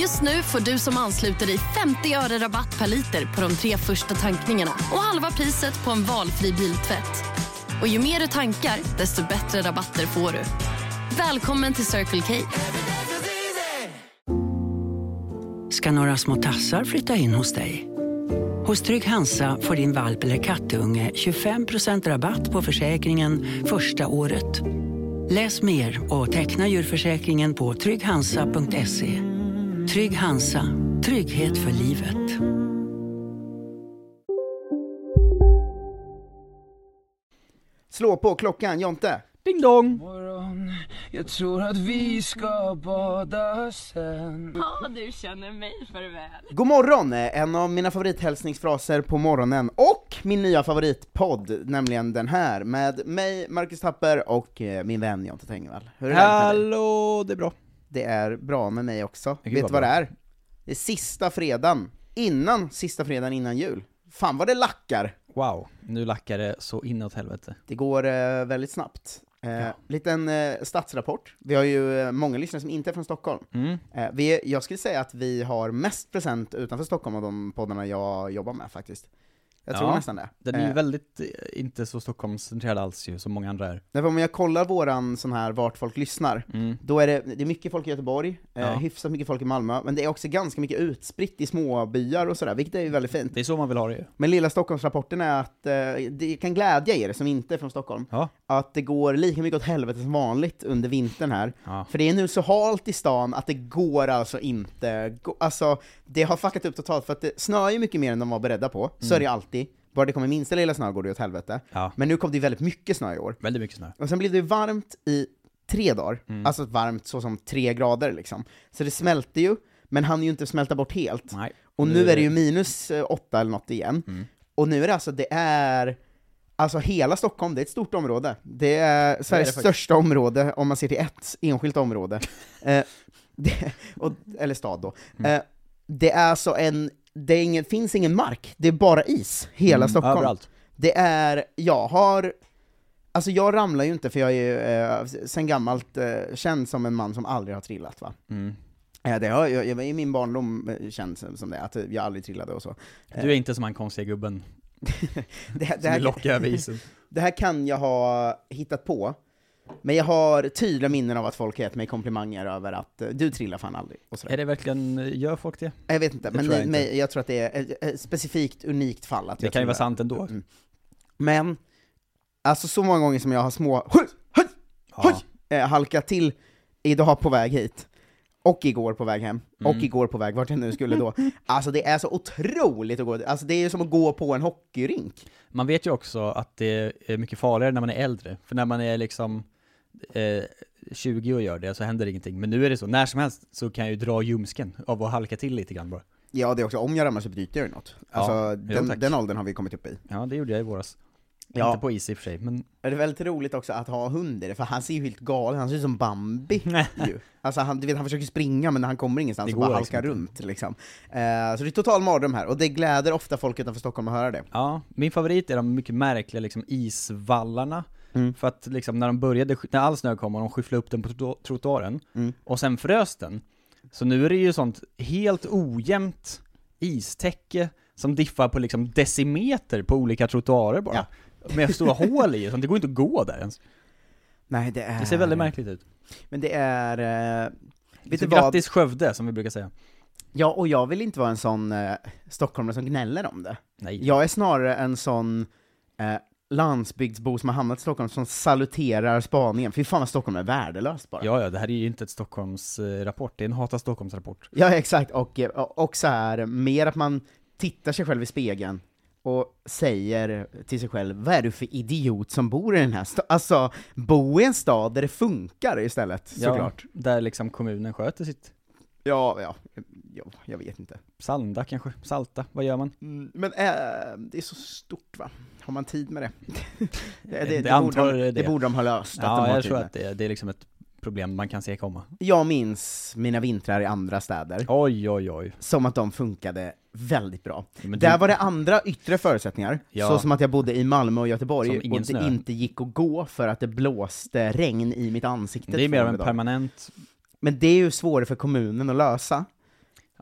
Just nu får du som ansluter dig 50 öre rabatt per liter på de tre första tankningarna och halva priset på en valfri biltvätt. Och ju mer du tankar, desto bättre rabatter får du. Välkommen till Circle K. ska några små tassar flytta in hos dig. Hos Trygg Hansa får din valp eller kattunge 25% rabatt på försäkringen första året. Läs mer och teckna djurförsäkringen på trygghansa.se. Trygg Hansa, trygghet för livet. Slå på klockan, Jonte. Ding dong! morgon Jag tror att vi ska bada sen Ja, du känner mig för väl. God morgon! eh, En av mina favorithälsningsfraser på morgonen och min nya favoritpodd, nämligen den här med mig, Marcus Tapper och eh, min vän Jonte Tengvall. Hur är läget med dig? Hallå, det är bra. Det är bra med mig också. Det kan Vet vara du vad det är? bra. Det är sista fredagen, innan sista fredagen innan jul. Fan vad det lackar! Wow, nu lackar det så inåt helvete. Det går eh, väldigt snabbt. Eh, Ja. Liten eh, statsrapport. Vi har ju eh, många lyssnare som inte är från Stockholm. Mm. Eh, vi, jag skulle säga att vi har mest present utanför Stockholm av de poddarna jag jobbar med faktiskt. Jag tror Ja. nästan det. Den är ju Eh, väldigt, eh, inte så Stockholmscentrerad alls ju, som många andra är. nej, men om jag kollar våran sån här vart folk lyssnar, Mm. då är det, det är mycket folk i Göteborg, eh, Ja. hyfsat mycket folk i Malmö, men det är också ganska mycket utspritt i små byar och sådär, vilket är ju väldigt fint. Det är så man vill ha det ju. Men lilla Stockholmsrapporten är att, eh, det kan glädja er som inte är från Stockholm, Ja. att det går lika mycket åt helvete som vanligt under vintern här. Ja. För det är nu så halt i stan att det går alltså inte, gå, alltså det har fuckat upp totalt för att det snöar ju mycket mer än de var beredda på, så är det ju alltid. Bara det kommer minsta lilla snö går det åt helvete. ja. Men nu kom det ju väldigt mycket snö i år. Väldigt mycket snö. Och sen blev det ju varmt i tre dagar, alltså varmt så som tre grader liksom. Så det smälte ju, men han ju inte smälta bort helt. Nej. Och nu är det ju minus eh, åtta eller något igen. Och nu är det alltså, det är, alltså hela Stockholm, det är ett stort område. Det är Sveriges faktiskt. största område om man ser till ett enskilt område. eh, det, och, eller stad då. Eh, det är alltså en, det är ingen, finns ingen mark, det är bara is, hela Stockholm. Mm, Överallt. Det är, jag har, alltså jag ramlar ju inte för jag är ju eh, sen gammalt eh, känd som en man som aldrig har trillat va. Mm. Eh, det har, jag, jag var i min barndom eh, känd som- som det, att jag aldrig trillade och så. Du är inte som han konstiga gubben Det, här- Eh. det, som vill här, locka över isen. det här kan jag ha hittat på, men jag har tydliga minnen av att folk har gett mig komplimanger över att eh, du trillar fan aldrig. Och sådär. Är det verkligen, gör folk Eh, det? jag vet inte, men tror jag jag, inte. Men jag tror att det är ett, ett specifikt unikt fall att Det jag kan ju vara trillar. sant ändå. Mm. Men, alltså så många gånger som jag har små "Hoj! Hoj! Hoj!" Ja. eh, halkat till idag på väg hit, och igår på väg hem, och igår på väg vart jag nu skulle då. Alltså det är så otroligt att gå, alltså det är ju som att gå på en hockeyrink. Man vet ju också att det är mycket farligare när man är äldre, för när man är liksom eh, 20 och gör det så händer ingenting. Men nu är det så, när som helst så kan jag ju dra ljumsken av att halka till lite grann bara. Ja, det är också om jag ramlar så bryter jag ju något. Alltså Ja, jo, den, tack. den åldern har vi kommit upp i. Ja, det gjorde jag i våras. Ja. Inte på is i och för sig, men Det är väldigt roligt också att ha hund i det, för han ser ju helt galen, han ser ut som Bambi ju. Alltså han, du vet, han försöker springa men han kommer ingenstans, Det så bara går halkar liksom runt liksom. Eh, så det är total mardröm här, och det gläder ofta folk utanför Stockholm att höra det. ja. Min favorit är de mycket märkliga liksom isvallarna. Mm. För att liksom när de började, när all snö kom och de skyfflade upp den på trotto- trottoaren, Mm. och sen frös den. Så nu är det ju sånt helt ojämnt istäcke som diffar på liksom decimeter på olika trottoarer bara. Med stora hål i, så det går inte att gå där ens. Nej det är... Det ser väldigt märkligt ut. Men det är... eh, vet Så du vad? Grattis Skövde, som vi brukar säga. Ja, och jag vill inte vara en sån eh, stockholmare som gnäller om det. Nej. Jag är snarare en sån eh, landsbygdsbo som har hamnat i Stockholm som saluterar spaningen. Fy fan vad Stockholm är värdelöst bara. Ja, ja, det här är ju inte ett Stockholmsrapport, det är en Hata Stockholmsrapport. Ja, exakt. Och, eh, och så här, mer att man tittar sig själv i spegeln och säger till sig själv, vad är du för idiot som bor i den här staden? Alltså, bo i en stad där det funkar istället, såklart. Där liksom kommunen sköter sitt. Ja, ja, ja, jag vet inte. Sanda kanske? Salta? Vad gör man? Mm, Men eh, det är så stort va? Har man tid med det? det, Det borde antar de, jag det. det borde de ha löst, att de Ja, har jag tid tror med. att det, det är liksom ett problem man kan se komma. Jag minns mina vintrar i andra städer Oj, oj, oj. som att de funkade väldigt bra. Men Där du- var det andra yttre förutsättningar, Ja. så som att jag bodde i Malmö och Göteborg Som och ingen det snö. inte gick att gå för att det blåste regn i mitt ansikte. Det är mer av en två dagar. permanent, Men det är ju svårare för kommunen att lösa.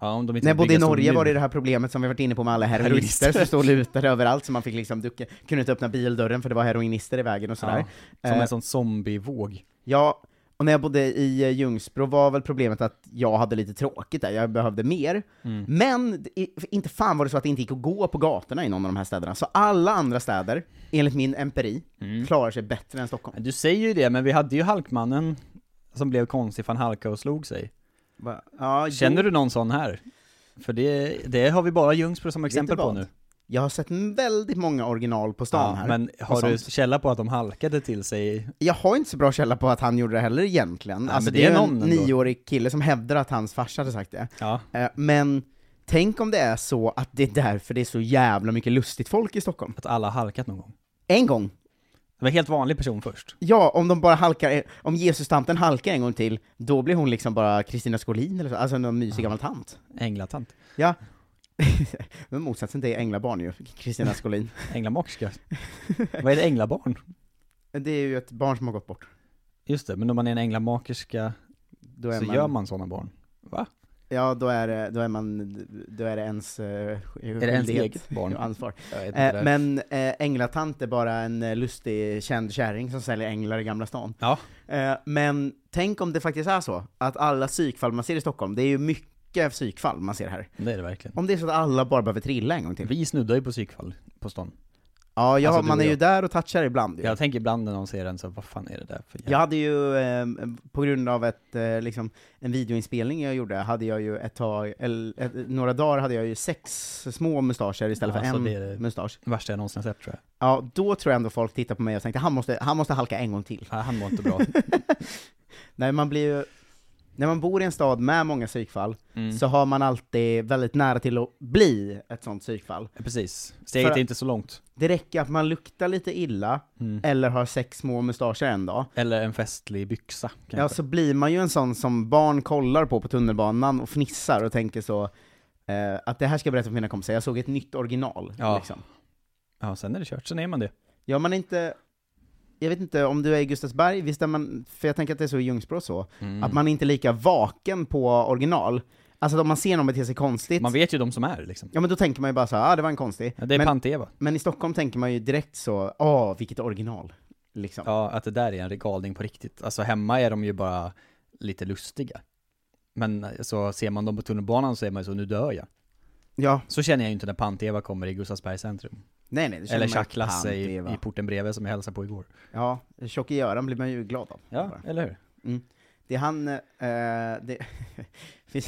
ja om de inte När jag vill bodde i bygga så Norge var det nu. det här problemet som vi varit inne på med alla heroinister Heroinister. som stod lutade överallt, så man fick liksom, du kunde inte öppna bildörren för det var heroinister i vägen och sådär. Ja, som Eh, en sån zombievåg. Ja, och när jag bodde i eh, Ljungsbro var väl problemet att jag hade lite tråkigt där, jag behövde mer. Mm. Men det- i- för inte fan var det så att det inte gick att gå på gatorna i någon av de här städerna, så alla andra städer, enligt min empiri, Mm. klarar sig bättre än Stockholm. Du säger ju det, men vi hade ju Halkmannen som blev konstig för han halkade och slog sig. Va- Ja, Känner jo, du någon sån här? För det, det har vi bara Ljungsbro som exempel på vad? nu. Jag har sett väldigt många original på stan Ja, här. men har Och du sånt. källa på att de halkade till sig? Jag har inte så bra källa på att han gjorde det heller egentligen. Nej, alltså men det, är någon en ändå. nioårig kille som hävdar att hans farsa hade sagt det. Ja. Eh, Men tänk om det är så att det är därför det är så jävla mycket lustigt folk i Stockholm. Att alla har halkat någon gång. En gång Det var en helt vanlig person först. Ja, om de bara halkar, om Jesus-tanten halkar en gång till, då blir hon liksom bara Kristina Skolin eller så, alltså någon mysig gammal tant. Änglatant. Ja. Men motsatsen till änglabarn ju, Kristina Skolin. Änglamoxka. Vad är det, änglabarn? Det är ju ett barn som har gått bort. Just det, men om man är en änglamakerska Då är så man, gör man sådana barn. Va? Ja, då är, det- då är man, då är det ens eh, det ens skyldighet eget barn? och ansvar. Jag vet Eh, det där. men eh, änglatant är bara en eh, lustig känd kärring som säljer änglar i Gamla stan. Ja. Eh, men tänk om det faktiskt är så, att alla psykfall man ser i Stockholm, det är ju mycket psykfall man ser här. Det är det verkligen. Om det är så att alla bara behöver trilla en gång till. Vi snuddar ju på psykfall på stan. Ja, jag, Alltså, du man och är ju jag. där och touchar ibland ju. Jag tänker ibland när någon ser den så, vad fan är det där för Jag hade ju, eh, på grund av ett, eh, liksom, en videoinspelning jag gjorde, hade jag ju ett tag, eller ett, några dagar hade jag ju sex små mustascher istället Ja, för så en Alltså, det är det. mustasch. Värsta jag någonsin sett tror jag. Ja, då tror jag ändå folk tittar på mig och tänkte han måste, han måste halka en gång till. Nej, han mår inte bra. Nej, man blir ju, när man bor i en stad med många psykfall, Mm. så har man alltid väldigt nära till att bli ett sånt psykfall. Precis. Steget För- är inte så långt. Det räcker att man luktar lite illa, Mm. eller har sex små mustascher en dag, Eller en festlig byxa kanske. Ja, så blir man ju en sån som barn kollar på på tunnelbanan och fnissar och tänker så eh, att det här ska jag berätta för mina kompisar, jag såg ett nytt original. Ja. Ja. Liksom. ja, sen är det kört. Sen är man det. ja man är inte, jag vet inte om du är i Gustavsberg, visst är man, för jag tänker att det är så i Ljungsbro så, Mm. att man är inte lika vaken på original. Alltså att om man ser någon bete sig konstigt, Man vet ju de som är liksom. ja men då tänker man ju bara så här, ah det var en konstig. Ja, Det är men, Panteva. men i Stockholm tänker man ju direkt så, ah vilket original. Liksom. Ja, att det där är en regalning på riktigt. Alltså hemma är de ju bara lite lustiga. Men eh, så ser man dem på tunnelbanan så är man ju så, nu dör jag. Ja, Så känner jag ju inte när Panteva kommer i Gustavsbergs centrum. nej nej. det känner Eller man ju. Tjack-Lasse Fan, i, det var- i porten bredvid som jag hälsade på igår. Ja, tjocke Göran blir man ju glad av. Ja, Bara. eller hur? Det är han, eh, det finns,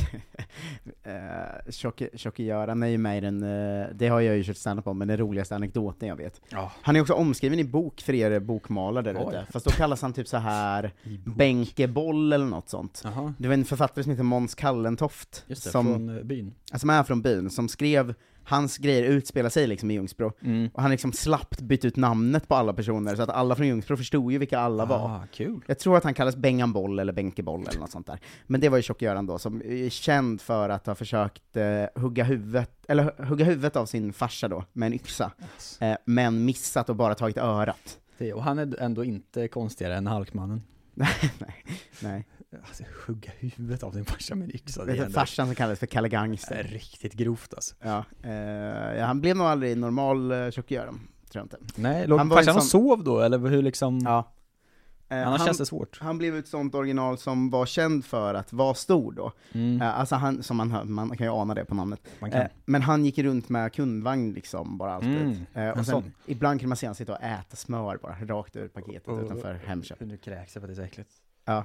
eh, Tjocke- Tjocke Göran är ju med i den, eh, det har jag ju kört standup om, men den roligaste anekdoten jag vet. Ja. Han är också omskriven i bok för er bokmalare där Oj. ute, fast då kallas han typ så här I bok. Bänkeboll eller något sånt. Jaha. Det var en författare som heter Måns Kallentoft, Just det, som, från eh, byn. som Alltså, är från byn, som skrev Hans grejer utspelar sig liksom i Ljungsbro, Mm. och han liksom slappt bytt ut namnet på alla personer, så att alla från Ljungsbro förstod ju vilka alla var. Ah, kul. Jag tror att han kallas Bengan Boll eller Bänkeboll eller något sånt där. Men det var ju Tjock-Göran då, som är känd för att ha försökt eh, hugga huvudet, eller hu- hugga huvudet av sin farsa då, med en yxa. Eh, men missat och bara tagit örat. Det, och han är ändå inte konstigare än Halkmannen. nej, nej, nej. Alltså hugga huvudet av din farsa med en yxa, det Det är är ändå farsan som kallades för Kalle det är Gangster. riktigt grovt alltså. Ja, eh, ja, han blev nog aldrig normal eh, Tjock-Göran, tror jag inte. Nej, Han låg han var en farsan och sån- sov då eller hur liksom? Ja. Eh, Annars han, känns det svårt. han blev ett sånt original som var känd för att vara stor då. Eh, alltså han, som man, hör- man kan ju ana det på namnet. Mm. Man kan. Eh, men han gick runt med kundvagn liksom, bara alltid. Mm, Eh, och sen, en sån. ibland kunde man se han sitta och äta smör bara, rakt ur paketet Oh, oh, Eh, utanför Hemköp. Nu kräks jag för att det är så äckligt. Ja.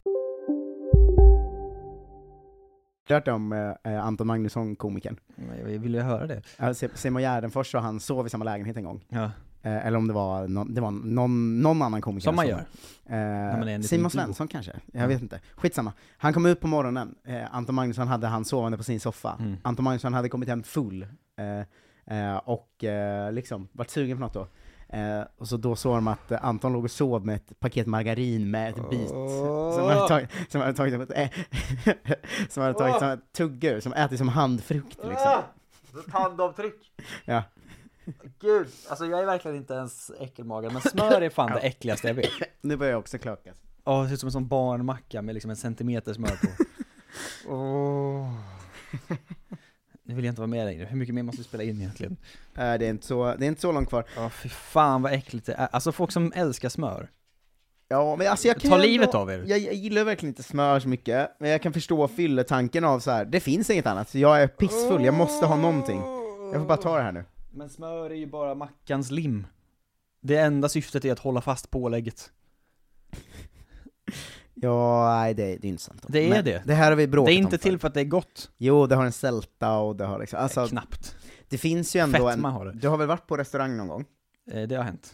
Har du hört om eh, eh, Anton Magnusson, komikern? Jag vill ju höra det. Ja, Se- Simon Gärdenfors och han sov i samma lägenhet en gång. Ja. Eh, eller om det var, någon, det var någon, någon annan komiker. Som man som- gör. Eh, man är en liten Mm. Simon glo. Svensson kanske? Jag vet inte. Skitsamma. Han kom ut på morgonen, eh, Anton Magnusson hade han sovande på sin soffa. Mm. Anton Magnusson hade kommit hem full, eh, eh, och eh, liksom varit sugen på något då. Eh, och så då såg de att eh, Anton låg och sov med ett paket margarin med ett bit som hade tagit som hade tagit som ett, eh, som hade tagit som ett tuggur, som ätit som handfrukt Ah. liksom. Tandavtryck! Ja. Gud, alltså jag är verkligen inte ens äckelmagad, men smör är fan det äckligaste jag vet. Nu börjar jag också klakas. Ja, det ser ut som en sån barnmacka med liksom en centimeter smör på. Åh. Nu vill jag inte vara med längre, hur mycket mer måste vi spela in egentligen? Eh, det, är inte så, det är inte så långt kvar. Ja, fy fan vad äckligt det är. Alltså folk som älskar smör. Ja, men alltså jag kan Ta ju livet av er. Jag, jag gillar verkligen inte smör så mycket, men jag kan förstå fylletanken av så här. det finns inget annat, så jag är pissfull, jag måste ha någonting. Jag får bara ta det här nu. Men smör är ju bara mackans lim. Det enda syftet är att hålla fast pålägget. Ja, nej det, det är inte sant. då. Det är Men det. Det här har vi bråkat Det är om inte förr. till för att det är gott. Jo, det har en sälta och det har liksom, alltså Knappt. det finns ju ändå en... Fetma har det. Du har väl varit på restaurang någon gång? Eh, Det har hänt.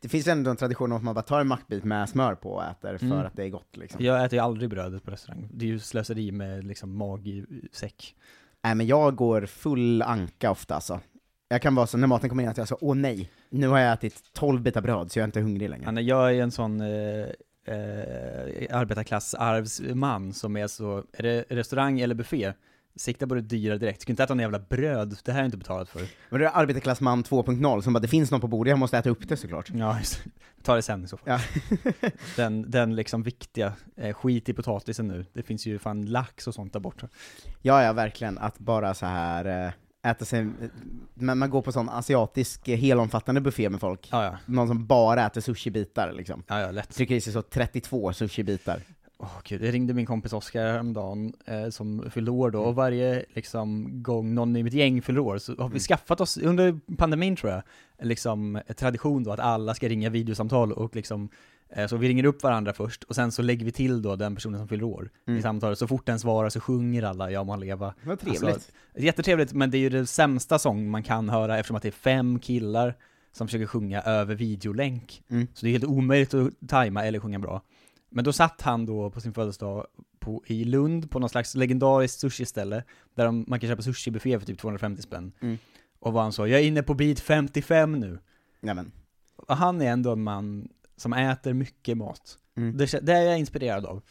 Det finns ju ändå en tradition om att man bara tar en mackbit med smör på och äter för Mm. att det är gott liksom. Jag äter ju aldrig brödet på restaurang. Det är ju slöseri med liksom mag i säck. Nej men jag går full anka ofta alltså. Jag kan vara så, när maten kommer in att jag så, åh nej, nu har jag ätit 12 bitar bröd så jag är inte hungrig längre. Men jag är ju en sån eh, eh, arbetarklassarvsman som är så, är det restaurang eller buffé? Sikta på det dyra direkt. Ska inte äta någon jävla bröd, det här är inte betalat för. Men det är arbetarklassman 2.0 som bara, det finns något på bordet, jag måste äta upp det såklart. Ja, just det. Ta det sen i så fall. Ja. Den, den liksom viktiga, eh, skit i potatisen nu. Det finns ju fan lax och sånt där borta. ja, ja verkligen, att bara så här eh, äta sig, men man går på sån asiatisk eh, helomfattande buffé med folk. Ja, ja. Någon som bara äter sushibitar liksom. Ja, ja, lätt. Trycker i sig så 32 sushibitar. Åh gud, det ringde min kompis Oskar häromdagen eh, som fyllde år då, Mm. och varje liksom, gång någon i mitt gäng fyller år så har vi Mm. skaffat oss, under pandemin tror jag, liksom en tradition då att alla ska ringa videosamtal och liksom eh, så vi ringer upp varandra först och sen så lägger vi till då den personen som fyller år i samtalet. Så fort den svarar så sjunger alla Ja man leva. Mm. Alltså, Vad trevligt. jättetrevligt, men det är ju den sämsta sång man kan höra eftersom att det är fem killar som försöker sjunga över videolänk. Mm. Så det är helt omöjligt att tajma eller sjunga bra. Men då satt han då på sin födelsedag på, i Lund på någon slags legendariskt sushiställe där de, man kan köpa sushibuffé för typ 250 spänn. Mm. Och var han så, jag är inne på bit 55 nu. Nej, men. Och han är ändå en man som äter mycket mat. Mm. Det, kä- det är jag inspirerad av.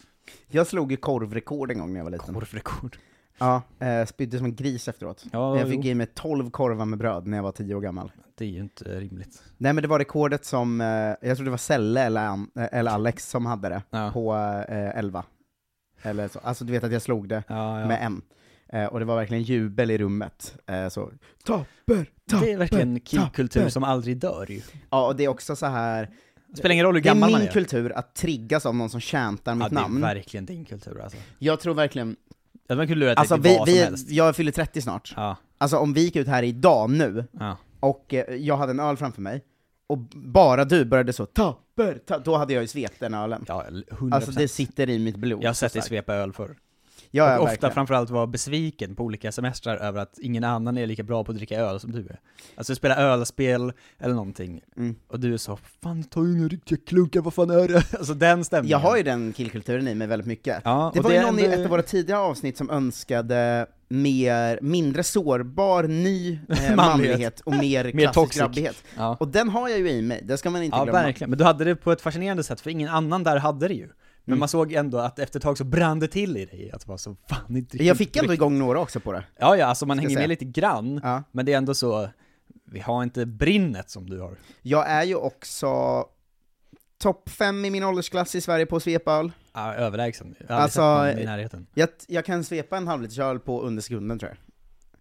Jag slog ju korvrekord en gång när jag var liten. Korvrekord. Ja, eh, spydde som en gris efteråt. Ja, Men jag fick jo, i mig 12 korvar med bröd när jag var 10 år gammal. det är ju inte rimligt. Nej men det var rekordet som, eh, jag tror det var Selle eller, An- eh, eller Alex som hade det, Ja. på eh, 11. Eller så. Alltså du vet att jag slog det Ja, ja. med en. Eh, och det var verkligen jubel i rummet. Eh, så, tapper, tapper. det är verkligen killkultur tapper. som aldrig dör ju. Ja, och det är också så här. Det spelar ingen roll hur det är gammal man min är. kultur att triggas av någon som tjantar ja, mitt det är namn. verkligen din kultur alltså. Jag tror verkligen, Att man kunde lura alltså till vi, vad som vi, helst. jag fyller 30 snart. Ja, Alltså om vi gick ut här idag nu, ja. och eh, jag hade en öl framför mig, och bara du började så tapper, ta då hade jag ju svept den ölen. ja 100%. Alltså det sitter i mitt blod. jag har sett så dig starkt. svepa öl förr. Ja, ja, och ofta verkligen. framförallt vara besviken på olika semestrar över att ingen annan är lika bra på att dricka öl som du är. Alltså spela ölspel eller någonting, Mm. och du är så 'Fan, ta ju inga riktiga klunkar, vad fan är det?' Alltså den stämningen. Jag har ju den killkulturen i mig väldigt mycket. Ja, det och var ju det är någon i ändå- ett av våra tidiga avsnitt som önskade mer, mindre sårbar, ny eh, Manlighet. manlighet och mer klassisk toxic. grabbighet. Ja, Och den har jag ju i mig, det ska man inte ja glömma. verkligen. Men du hade det på ett fascinerande sätt, för ingen annan där hade det ju. Mm. Men man såg ändå att efter ett tag så brann det till i dig, att vara så 'Fan, inte Jag fick ändå igång några också på det. Ja, ja, alltså man hänger säga. med lite grann, Ja. men det är ändå så vi har inte brinnet som du har. Jag är ju också topp fem i min åldersklass i Sverige på svepöl. Ja, överlägsen. Jag har aldrig Alltså, sett någon i närheten. Jag, jag kan svepa en halv liters öl på under sekunden tror jag.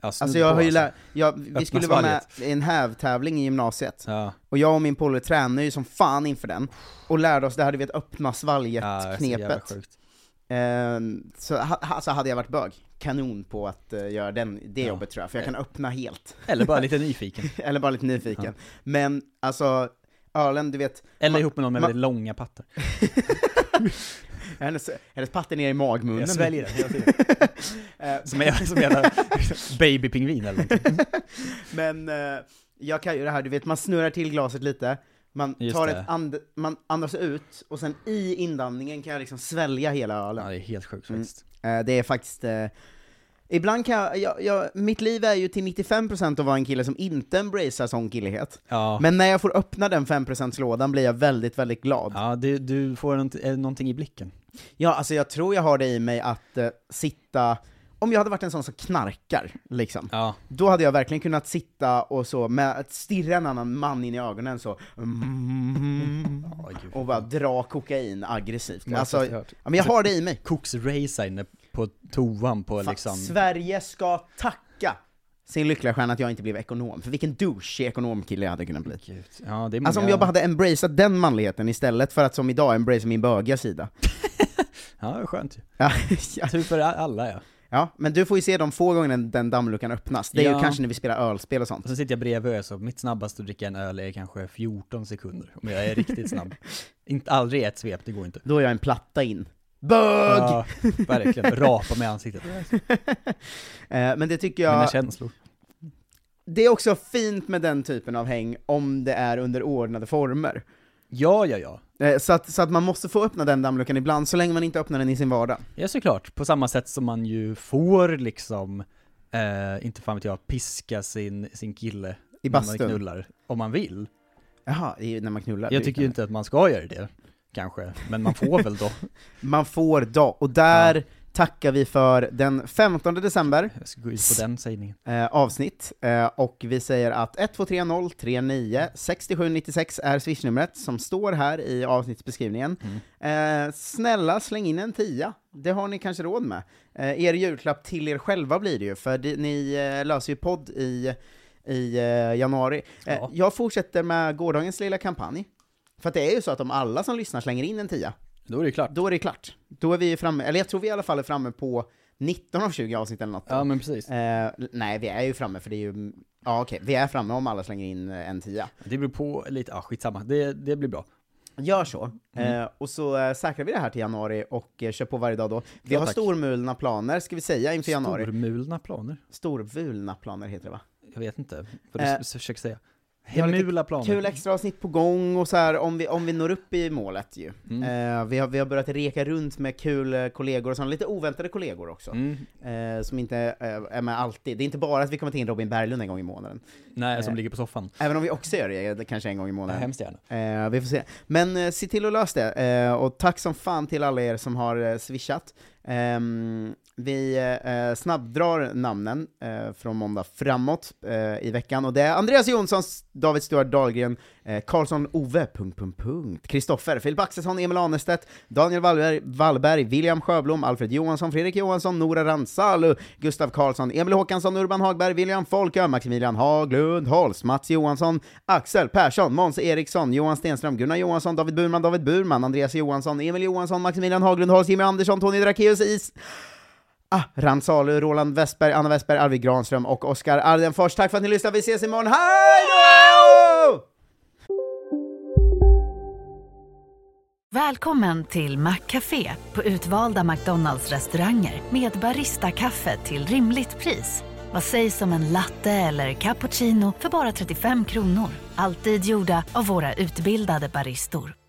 Ja, snudd Alltså jag på, har ju lä- alltså. jag, vi skulle vara med i en hävtävling i gymnasiet, och jag och min polare tränade ju som fan inför den, och lärde oss, det hade vi ett öppna jävla svalget-knepet. sjukt. Ehm, så ha, alltså hade jag varit bög, kanon på att eh, göra den, det jobbet tror jag, för jag kan öppna helt. Eller bara lite nyfiken. Eller bara lite nyfiken. Men alltså, ölen, du vet... Eller man- ihop med någon med man- väldigt långa pattar. hennes, hennes patte ner i magmunnen. Jag sväljer den hela tiden. Eh, Som en som en jävla babypingvin eller någonting. Men eh, jag kan ju det här, du vet man snurrar till glaset lite, man, Just tar det. ett and man andas ut, och sen i inandningen kan jag liksom svälja hela ölen. Ja, det är helt sjukt Mm. faktiskt. Eh, det är faktiskt... Eh, ibland kan jag, jag, jag... Mitt liv är ju till 95% att vara en kille som inte embracear sån killighet. Ja. Men när jag får öppna den 5%-lådan blir jag väldigt, väldigt glad. Ja, du, du får nånt- eh, någonting i blicken. Ja, alltså jag tror jag har det i mig att eh, sitta... Om jag hade varit en sån som knarkar, liksom, Ja. då hade jag verkligen kunnat sitta och så med att stirra en annan man in i ögonen så mm, och bara dra kokain aggressivt. Jag har Alltså, faktiskt ja, hört. men jag har det i mig. Koks racer inne på toan på Fan, liksom... Sverige ska tacka sin lyckliga stjärna att jag inte blev ekonom, för vilken douche ekonomkille jag hade kunnat bli. Gud. Ja, det är många... Alltså om jag bara hade embraceat den manligheten istället för att som idag embracea min bögiga sida. Ja, det är skönt ju. Ja, ja. Tur för alla ja. Ja, men du får ju se de få gånger den, den dammluckan öppnas. Det är ju Ja. kanske när vi spelar ölspel och sånt. Och så sitter jag bredvid och är så, mitt snabbaste att dricka en öl är kanske 14 sekunder. Om jag är riktigt snabb. Inte, aldrig ett svep, det går inte. Då är jag en platta in. Bög! Ja, verkligen. Rapa mig i ansiktet. Eh, men det tycker Mina jag, känslor. det är också fint med den typen av häng om det är under ordnade former. Ja, ja, ja. Eh, så, att, så att man måste få öppna den dammluckan ibland, så länge man inte öppnar den i sin vardag. Ja, såklart. På samma sätt som man ju får liksom, eh, inte fan vet jag, piska sin, sin kille I när bastun. man knullar, om man vill. Jaha, det är ju när man knullar. Jag tycker ju inte att man ska göra det, kanske, men man får väl då. Man får dag, och där tackar vi för den 15 december, Jag ska gå ut på den sägningen. eh, avsnitt, eh, och vi säger att 123039 6796 är swishnumret som står här i avsnittsbeskrivningen. Mm. Eh, snälla, släng in en tia, det har ni kanske råd med. Eh, er julklapp till er själva blir det ju, för det, ni eh, löser ju podd i, i eh, januari. Eh, Ja. Jag fortsätter med gårdagens lilla kampanj, för att det är ju så att om alla som lyssnar slänger in en tia, Då är det klart. då är det klart. Då är vi framme, eller jag tror vi i alla fall är framme på 19 av 20 avsnitt eller något. Ja, men precis. Eh, nej, vi är ju framme för det är ju, ja okej, vi är framme om alla slänger in eh, en tia. Det beror på lite, ah, skitsamma. Det, det blir bra. Gör så, Mm. eh, och så eh, säkrar vi det här till januari och eh, kör på varje dag då. Vi Ja, har tack. stormulna planer, ska vi säga, inför januari. Stormulna planer? Storvulna planer heter det va? Jag vet inte vad du Eh, s- försöker säga. jag har lite Hemula planer. Kul extra avsnitt på gång och så här om vi, om vi når upp i målet ju. Mm. Eh, vi, har, vi har börjat reka runt med kul eh, kollegor och sånt, lite oväntade kollegor också. Mm. Eh, som inte eh, är med alltid. Det är inte bara att vi kommer ta in Robin Berglund en gång i månaden. Nej, Eh. som ligger på soffan. Även om vi också gör det eh, kanske en gång i Ja, månaden. hemskt gärna. Eh, vi får se. Men eh, se till att lösa det. Eh, och tack som fan till alla er som har eh, swishat. Ehm, vi eh, snabbdrar namnen eh, från måndag framåt eh, i veckan. Och det är Andreas Jonsson, David Stuart Dahlgren, eh, Karlsson Ove, punkt, punkt, punkt, Kristoffer, Filip Axelsson, Emil Anerstedt, Daniel Wallberg, Wallberg, William Sjöblom, Alfred Johansson, Fredrik Johansson, Nora Ransalu, Gustav Karlsson, Emil Håkansson, Urban Hagberg, William Folkö, Maximilian Haglund, Holst, Mats Johansson, Axel Persson, Måns Eriksson, Johan Stenström, Gunnar Johansson, David Burman, David Burman, Andreas Johansson, Emil Johansson, Maximilian Haglund, Holst, Jimmy Andersson, Tony Drakeus, Is... Ah, Ransalu, Roland Westberg, Anna Westberg, Arvid Granström och Oskar Ardenfors. Tack för att ni lyssnade, vi ses imorgon, hej då! Välkommen till Maccafé på utvalda McDonalds restauranger med Baristakaffe till rimligt pris. Vad sägs om en latte eller cappuccino för bara 35 kronor? Alltid gjorda av våra utbildade baristor.